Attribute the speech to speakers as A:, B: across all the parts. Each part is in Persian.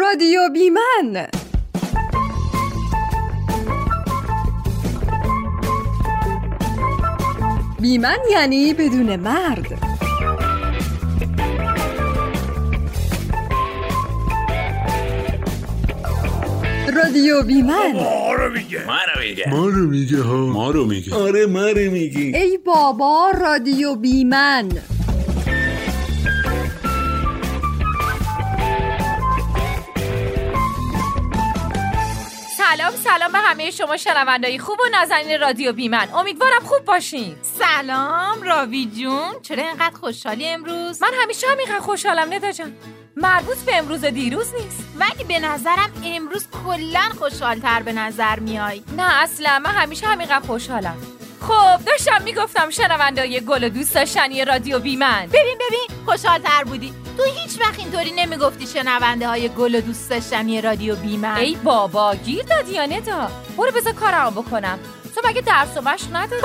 A: رادیو بی من بی من یعنی بدون مرد رادیو بی من
B: ما رو میگه
C: ما رو میگه ها
B: ما رو میگه
C: آره ما رو میگی
A: ای بابا رادیو بی من
D: سلام سلام به همه شما شنوندهای خوب و نازنین رادیو بیمن امیدوارم خوب باشین
E: سلام راوی جون چرا اینقدر خوشحالی امروز
D: من همیشه همینقدر خوشحالم ندا جان مربوط به امروز و دیروز نیست
E: ولی به نظرم امروز کلا خوشحالتر به نظر میای
D: نه اصلا من همیشه همینقدر خوشحالم خب داشتم میگفتم شنوندای گل و دوست داشتنی رادیو بیمن
E: ببین ببین خوشحالتر بودی تو هیچ وقت اینطوری نمیگفتی شنونده های گل و دوست داشتنی رادیو بیمن
D: ای بابا گیر دادی یا ندا برو بذار کارم بکنم تو مگه درس و مشق نداری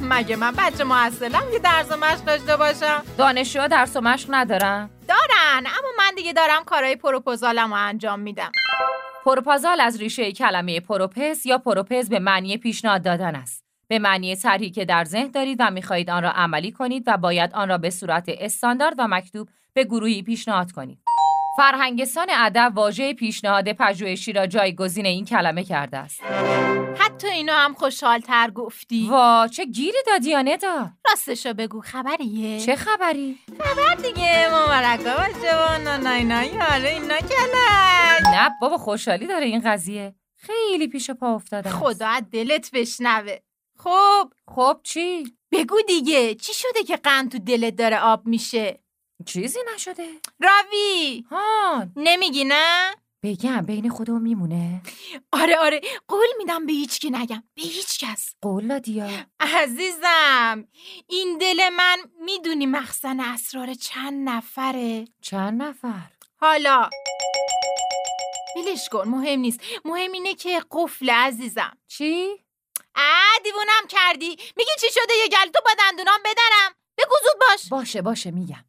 E: مگه من بچه معسلم که درس و مشق داشته باشم
D: دانشجوها درس و مشق ندارن
E: دارن اما من دیگه دارم کارهای پروپوزالم رو انجام میدم
D: پروپازال از ریشه کلمه پروپز یا پروپز به معنی پیشنهاد دادن است به معنی طرحی که در ذهن دارید و میخواهید آن را عملی کنید و باید آن را به صورت استاندارد و مکتوب به گروهی پیشنهاد کنید فرهنگستان ادب واژه پیشنهاد پژوهشی را جایگزین این کلمه کرده است
E: حتی اینو هم خوشحالتر گفتی
D: وا چه گیری دادی یا ندا
E: راستشو بگو خبریه
D: چه خبری
E: خبر دیگه مبارکا باشه و نانای حالا اینا کلک
D: نه بابا خوشحالی داره این قضیه خیلی پیش و پا افتاده است.
E: خدا از دلت بشنوه خب
D: خب چی
E: بگو دیگه چی شده که قند تو دلت داره آب میشه
D: چیزی نشده
E: راوی
D: ها
E: نمیگی نه
D: بگم بین خودمون میمونه
E: آره آره قول میدم به هیچ کی نگم به هیچ کس
D: قول دیا
E: عزیزم این دل من میدونی مخزن اسرار چند نفره
D: چند نفر
E: حالا ولش کن مهم نیست مهم اینه که قفل عزیزم
D: چی
E: اه دیوونم کردی میگی چی شده یه گل تو با دندونام بدرم بگو زود باش
D: باشه باشه میگم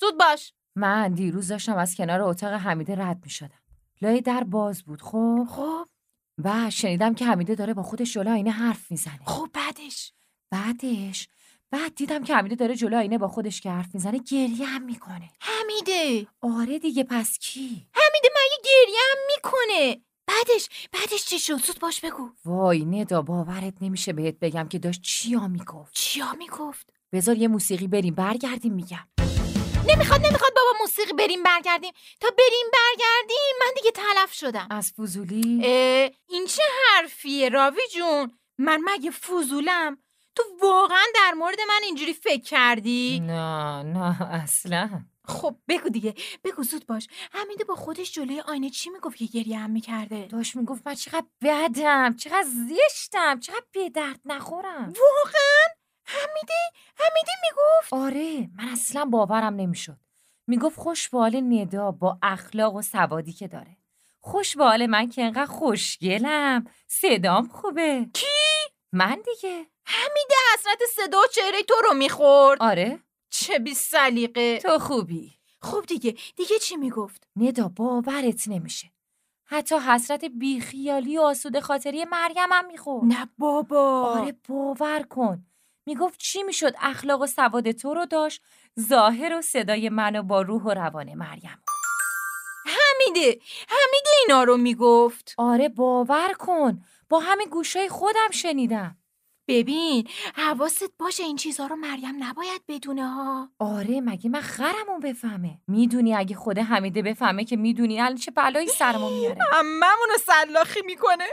E: زود باش
D: من دیروز داشتم از کنار اتاق حمیده رد می شدم. لای در باز بود خب
E: خب
D: و شنیدم که حمیده داره با خودش جلو آینه حرف میزنه
E: خب بعدش
D: بعدش بعد دیدم که حمیده داره جلو آینه با خودش که حرف میزنه گریه هم میکنه
E: حمیده
D: آره دیگه پس کی
E: حمیده مگه گریه هم میکنه بعدش بعدش چی شد زود باش بگو
D: وای ندا باورت نمیشه بهت بگم که داشت چیا میگفت
E: چیا میگفت
D: بذار یه موسیقی بریم برگردیم میگم
E: نمیخواد نمیخواد بابا موسیقی بریم برگردیم تا بریم برگردیم من دیگه تلف شدم
D: از فضولی
E: اه، این چه حرفیه راوی جون من مگه فضولم تو واقعا در مورد من اینجوری فکر کردی
D: نه نه اصلا
E: خب بگو دیگه بگو زود باش حمیده با خودش جلوی آینه چی میگفت که گریه هم میکرده
D: داشت میگفت من چقدر بدم چقدر زشتم چقدر به درد نخورم
E: واقعا حمیده حمیده میگفت
D: آره من اصلا باورم نمیشد میگفت خوش به حال ندا با اخلاق و سوادی که داره خوش به حال من که انقدر خوشگلم صدام خوبه کی من دیگه
E: حمیده حسرت صدا و چهره تو رو میخورد
D: آره
E: چه بی سلیقه
D: تو خوبی
E: خب دیگه دیگه چی میگفت
D: ندا باورت نمیشه حتی حسرت بیخیالی و آسوده خاطری مریمم میخورد
E: نه بابا
D: آره باور کن میگفت چی میشد اخلاق و سواد تو رو داشت ظاهر و صدای منو با روح و روان مریم
E: حمیده حمیده اینا رو میگفت
D: آره باور کن با همه گوشای خودم شنیدم
E: ببین حواست باشه این چیزها رو مریم نباید بدونه ها
D: آره مگه من خرمون بفهمه میدونی اگه خود حمیده بفهمه که میدونی الان چه بلایی سرمون میاره
E: عممون رو سلاخی میکنه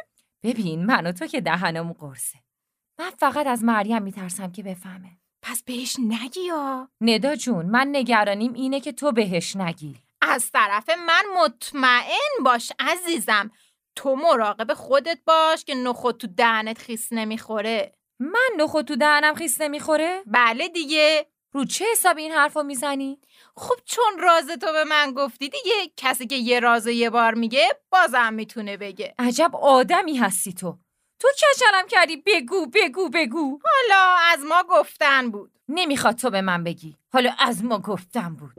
D: ببین من و تو که دهنمون قرصه من فقط از مریم میترسم که بفهمه
E: پس بهش نگی یا
D: ندا جون من نگرانیم اینه که تو بهش نگی
E: از طرف من مطمئن باش عزیزم تو مراقب خودت باش که نخود تو دهنت خیس نمیخوره
D: من نخود تو دهنم خیس نمیخوره
E: بله دیگه
D: رو چه حساب این حرفو میزنی
E: خب چون راز تو به من گفتی دیگه کسی که یه راز و یه بار میگه بازم میتونه بگه
D: عجب آدمی هستی تو تو کچلم کردی بگو بگو بگو
E: حالا از ما گفتن بود
D: نمیخواد تو به من بگی حالا از ما گفتم بود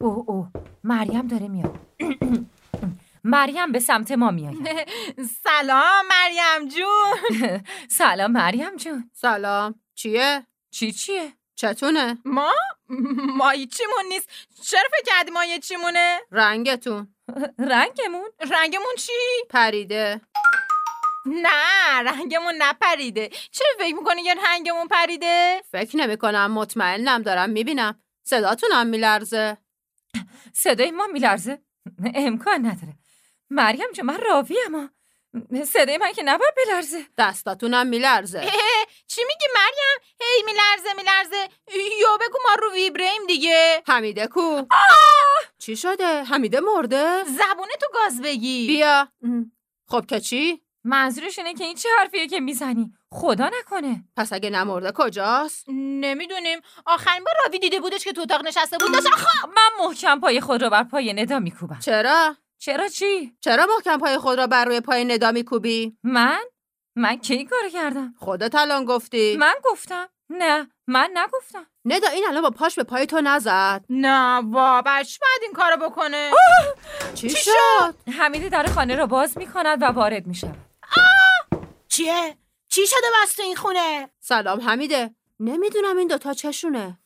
D: او او مریم داره میاد مریم به سمت ما میآید
E: سلام مریم جون
D: سلام مریم جون
F: سلام چیه؟
D: چی چیه؟
F: چتونه؟
E: ما مایی چیمون نیست چرا فکر کردی ما یه چیمونه
F: رنگتون؟
D: رنگمون؟
E: رنگمون چی
F: پریده؟
E: نه رنگمون نپریده چرا فکر میکنی یه رنگمون پریده
F: فکر نمی کنم مطمئنم دارم میبینم صداتونم میلرزه
D: صدای ما میلرزه؟ امکان نداره مریم جون من راوی اما صدای من که نباید بلرزه
F: دستاتونم میلرزه
E: اه، چی میگی مریم هی میلرزه میلرزه یا بگو ما رو ویبریم دیگه
F: حمیده کو؟ چی شده؟ حمیده مرده؟
E: زبونه تو گاز بگی
F: بیا خب که چی؟
D: منظورش اینه که این چه حرفیه که میزنی خدا نکنه
F: پس اگه نمرده کجاست؟
E: نمیدونیم آخرین بار راوی دیده بودش که تو اتاق نشسته بود داشت آخ-
D: من محکم پای خود را بر پای ندا میکوبم
F: چرا؟
D: چرا چی
F: چرا محکم پای خود را بر روی پای ندا میکوبی؟
D: من من کی این کارو کردم
F: خودت الان گفتی
D: من گفتم نه من نگفتم
F: ندا این الان با پاش به پای تو نزد
E: نه بابش باید این کارو بکنه
F: چی شد؟
D: حمیده در خانه را باز میکند و وارد میشود
G: چیه؟ چی شده بس تو این خونه؟
F: سلام حمیده نمیدونم این دوتا چشونه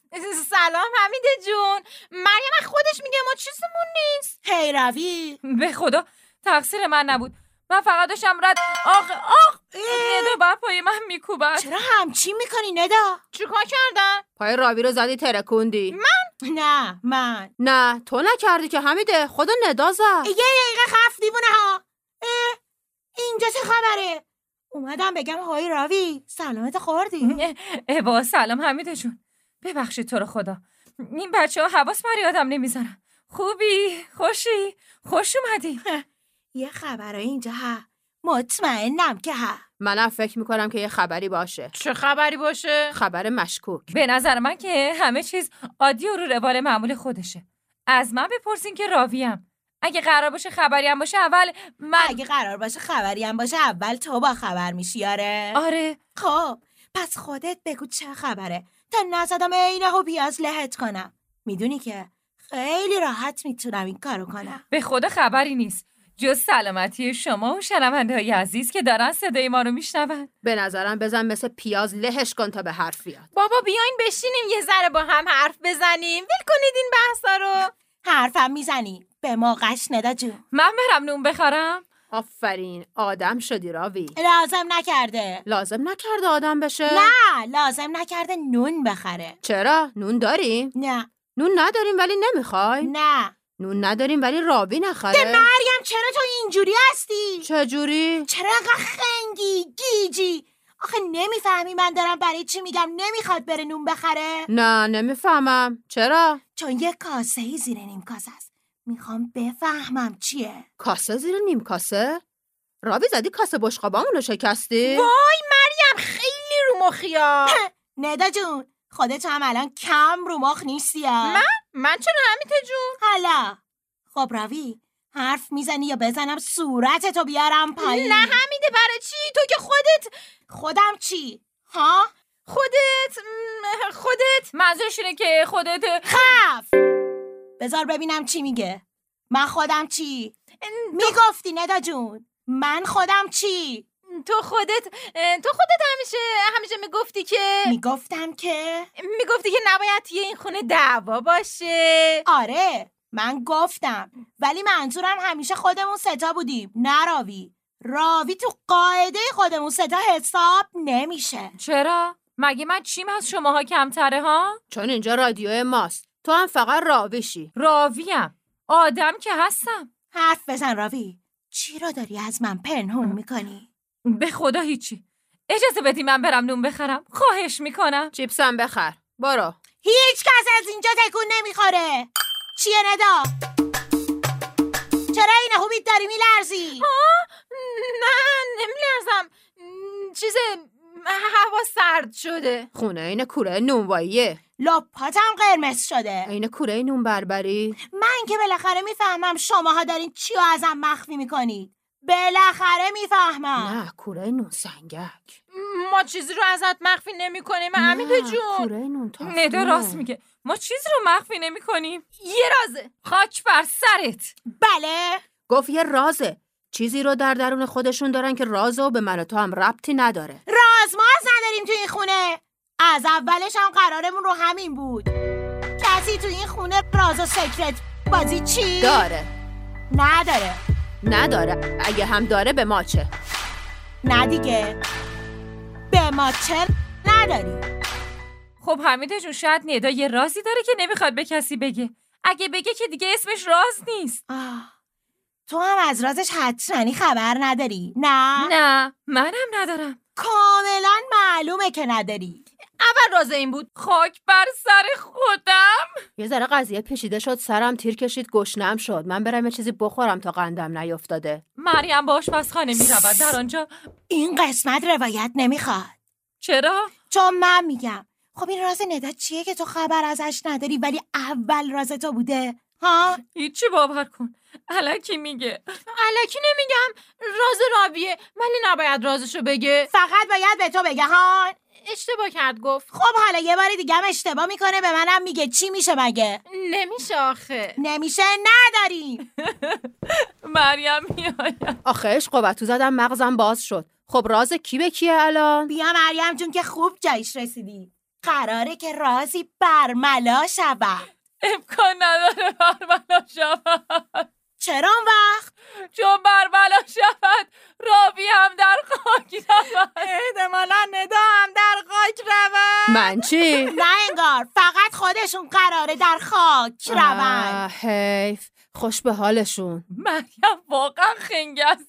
E: سلام حمیده جون مریم خودش میگه ما چیزمون نیست
G: هی روی
D: به خدا تقصیر من نبود من فقط داشتم رد آخ آخ ندا بر پای من میکوبد
G: چرا همچی میکنی ندا؟
E: چیکار کردن
F: پای راوی رو زدی ترکوندی
G: نه من
F: نه تو نکردی که حمیده خدا ندا زد
G: یه دقیقه خف دیوونه ها اه، اینجا چه خبره؟ اومدم بگم های راوی سلامت خوردی؟
D: اه، با سلام حمیده جون ببخشید تو رو خدا این بچه ها حواس بر آدم نمیذارن خوبی خوشی خوش اومدی
G: یه خبره اینجا ها مطمئنم که ها
F: منم فکر میکنم که یه خبری باشه
E: چه خبری باشه
F: خبر مشکوک
D: به نظر من که همه چیز عادی و رو روال معمول خودشه از من بپرسین که راویم اگه قرار باشه خبری هم باشه اول من
G: اگه قرار باشه خبری هم باشه اول تو با خبر میشی آره
D: آره
G: خب پس خودت بگو چه خبره تا نزدم عینه و پیاز لحت کنم میدونی که خیلی راحت میتونم این کارو کنم
D: به خدا خبری نیست جز سلامتی شما و شنونده های عزیز که دارن صدای ما رو میشنون
F: به نظرم بزن مثل پیاز لهش کن تا به حرف بیاد
E: بابا بیاین بشینیم یه ذره با هم حرف بزنیم ول کنید این بحثا رو
G: حرفم میزنی به موقعش ندا جون
D: من برم نون بخرم
F: آفرین آدم شدی راوی
G: لازم نکرده
F: لازم نکرده آدم بشه
G: نه لازم نکرده نون بخره
F: چرا نون داریم
G: نه
F: نون نداریم ولی نمیخوای
G: نه
F: نون نداریم ولی رابی نخره
G: مریم چرا تو اینجوری هستی
F: چجوری
G: چرا انقدر خنگی گیجی آخه نمیفهمی من دارم برای چی میگم نمیخواد بره نون بخره
F: نه نمیفهمم چرا
G: چون یه کاسه ای زیر نیم کاسه است میخوام بفهمم چیه
F: کاسه زیر نیم کاسه راوی زدی کاسه بشقابامونو شکستی
E: مریم خیلی رو مخیا
G: ندا جون خودت هم الان کم رو مخ نیستی ها.
E: من؟ من چرا حمیده جون
G: حالا خب راوی حرف میزنی یا بزنم صورتتو بیارم پایین
E: نه حمیده برای چی تو که خودت
G: خودم چی ها
E: خودت م، خودت
D: منظورش اینه که خودت
G: خف بذار ببینم چی میگه من خودم چی میگفتی ندا جون من خودم چی
E: تو خودت اه، تو خودت همیشه همیشه میگفتی که
G: میگفتم که
E: میگفتی که نباید توی این خونه دعوا باشه
G: آره من گفتم ولی منظورم همیشه خودمون ستا بودیم نه راوی راوی تو قاعده خودمون ستا حساب نمیشه
D: چرا مگه من چیم از شماها کمتره ها
F: چون اینجا رادیو ماست تو هم فقط راویشی
D: راویم آدم که هستم
G: حرف بزن راوی چی را داری از من پنهون میکنی؟
D: به خدا هیچی اجازه بدی من برم نون بخرم خواهش میکنم
F: چیپسم بخر برو
G: هیچ کس از اینجا تکون نمیخوره چیه ندا؟ چرا این خوبیت داری میلرزی؟
E: نه نمیلرزم چیز هوا سرد شده
F: خونه این کوره نونواییه
G: لپاتم قرمز شده
F: عین کوره نون بربری
G: من که بالاخره میفهمم شماها دارین چی رو ازم مخفی میکنید بالاخره میفهمم
F: نه کوره نون سنگک
E: ما چیزی رو ازت مخفی نمی کنیم حمیده
F: نه،
E: جون
F: کوره نون تافته.
D: ندا راست میگه ما چیز رو مخفی نمی کنیم
E: یه رازه
D: خاک بر سرت
G: بله
F: گفت یه رازه چیزی رو در درون خودشون دارن که راز و به من و تو هم ربطی نداره
G: رازماز نداریم تو این خونه از اولش هم قرارمون رو همین بود کسی تو این خونه راز و سکرت بازی چی؟
F: داره
G: نداره
F: نداره اگه هم داره به ما چه
G: نه دیگه به ما چه نداری
D: خب حمید جون شاید ندا یه رازی داره که نمیخواد به کسی بگه اگه بگه که دیگه اسمش راز نیست
G: آه. تو هم از رازش حتمنی خبر نداری نه,
D: نه منم ندارم
G: کاملا معلومه که نداری
D: اول راز این بود خاک بر سر خودم
F: یه ذره قضیه پیچیده شد سرم تیر کشید گشنم شد من برم یه چیزی بخورم تا قندم نیافتاده
D: مریم به آشپزخانه میرود در آنجا
G: این قسمت روایت نمیخواد
D: چرا
G: چون من میگم خب این راز ندا چیه که تو خبر ازش نداری ولی اول راز تو بوده ها
D: هیچی باور کن الکی میگه
E: علکی نمیگم راز رابیه ولی نباید رازشو بگه
G: فقط باید به تو بگه ها
E: اشتباه کرد گفت
G: خب حالا یه بار دیگه هم اشتباه میکنه به منم میگه چی میشه مگه
E: نمیشه آخه
G: نمیشه نداریم
D: مریم میآید
F: آخه عشق و تو زدم مغزم باز شد خب راز کی به کیه الان
G: بیا مریم جون که خوب جایش رسیدی قراره که رازی برملا شود
D: امکان نداره برملا شود
G: چرا اون وقت
D: چون برملا شود رابی هم در خاک رود
E: احتمالا ندا هم در خاک رود
F: من چی؟
G: نه انگار فقط خودشون قراره در خاک روند
F: آه، حیف خوش به حالشون
D: مریم واقعا خنگ است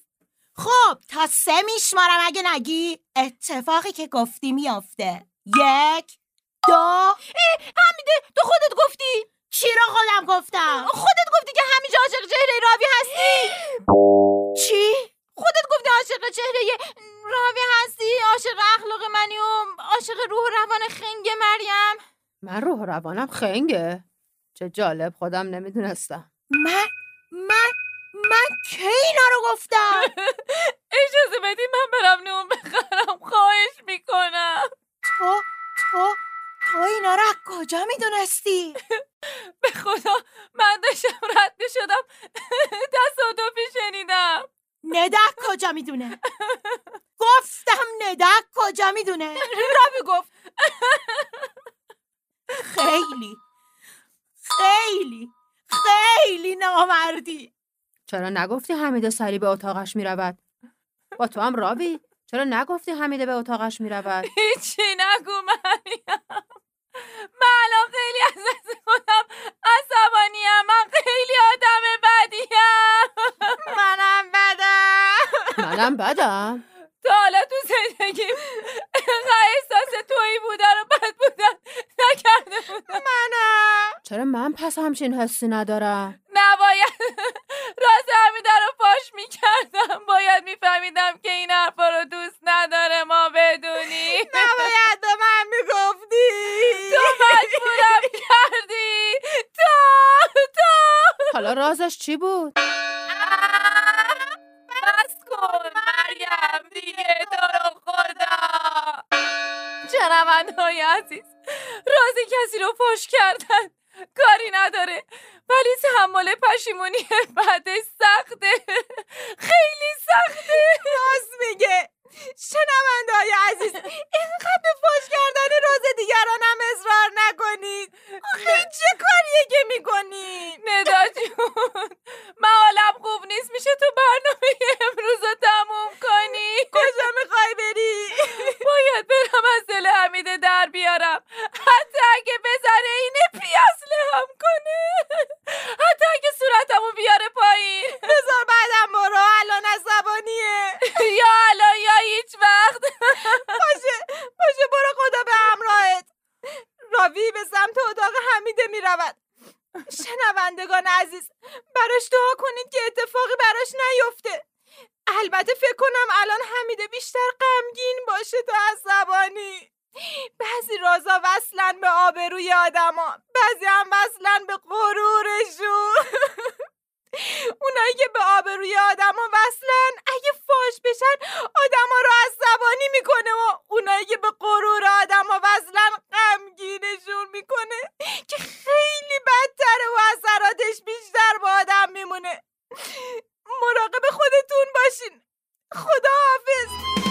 G: خب تا سه میشمارم اگه نگی اتفاقی که گفتی میافته یک دو
E: حمیده تو خودت گفتی
G: چی رو خودم گفتم
E: خودت گفتی که همینجا عاشق چهره راوی هستی
G: چی؟
E: خودت گفتی عاشق چهره راوی هستی عاشق اخلاق منی و عاشق روح و روان خنگ مریم
F: من روح و روانم خنگه چه جالب خودم نمیدونستم
G: من من من کی اینا رو گفتم
D: اجازه بدی من برم نون بخرم خواهش میکنم
G: تو تو تو اینا رو از کجا میدونستی؟
D: به خدا من داشتم رد میشدم تصادفی شنیدم
G: ندک کجا میدونه؟ گفتم ندک کجا میدونه؟
E: راوی گفت
G: خیلی خیلی خیلی نامردی
F: چرا نگفتی حمیده سری به اتاقش میرود با تو هم راوی چرا نگفتی حمیده به اتاقش میرود
D: هیچی نگو مریم من الان خیلی از دست خودم عصبانیم من خیلی آدم بدیم
E: منم بدم
F: منم بدم
D: تا حالا تو زندگیم انقدر احساس تویی بودن و بد بودن نکرده بودم
E: منم
F: چرا من پس همچین حسی ندارم
D: نباید راز همیده رو پاش میکردم باید میفهمیدم که این حرفا رو دوست نداره ما بدونیم
E: نباید به من میگفتی
D: تو مجبورم کردی تو تو
F: حالا رازش چی بود
D: بس کن مریم دیگه تو رو خدا های عزیز رازی کسی رو پاش کردن کاری نداره ولی تحمل پشیمونی بعدش سخته خیلی سخته
E: راز میگه شنونده های عزیز اینقدر به فاش کردن راز دیگران هم اصرار نکنید آخه چه کاریه که میکنی
D: ندا جون من حالم خوب نیست میشه تو برنامه امروز رو تموم کنی
E: کجا میخوای بری
D: باید برم از دل حمیده در بیارم حتی اگه بزنه اینه پیاز لهم کنه حتی اگه صورتمو بیاره پایین
E: بذار بعدم برو الان عصبانیه
D: یا الا یا هیچ وقت
E: باشه باشه برو خدا به همراهت راوی به سمت اتاق حمیده میرود شنوندگان عزیز براش دعا کنید که اتفاقی براش نیفته البته فکر کنم الان حمیده بیشتر غمگین باشه تا عصبانی بعضی رازا وصلن به آبروی آدما بعضی هم وصلن به غرورشون اونایی که به آبروی آدما وصلن اگه فاش بشن آدما رو عصبانی میکنه و اونایی که به غرور آدما وصلن غمگینشون میکنه که خیلی بدتره و اثراتش بیشتر با آدم میمونه باشین خدا حافظ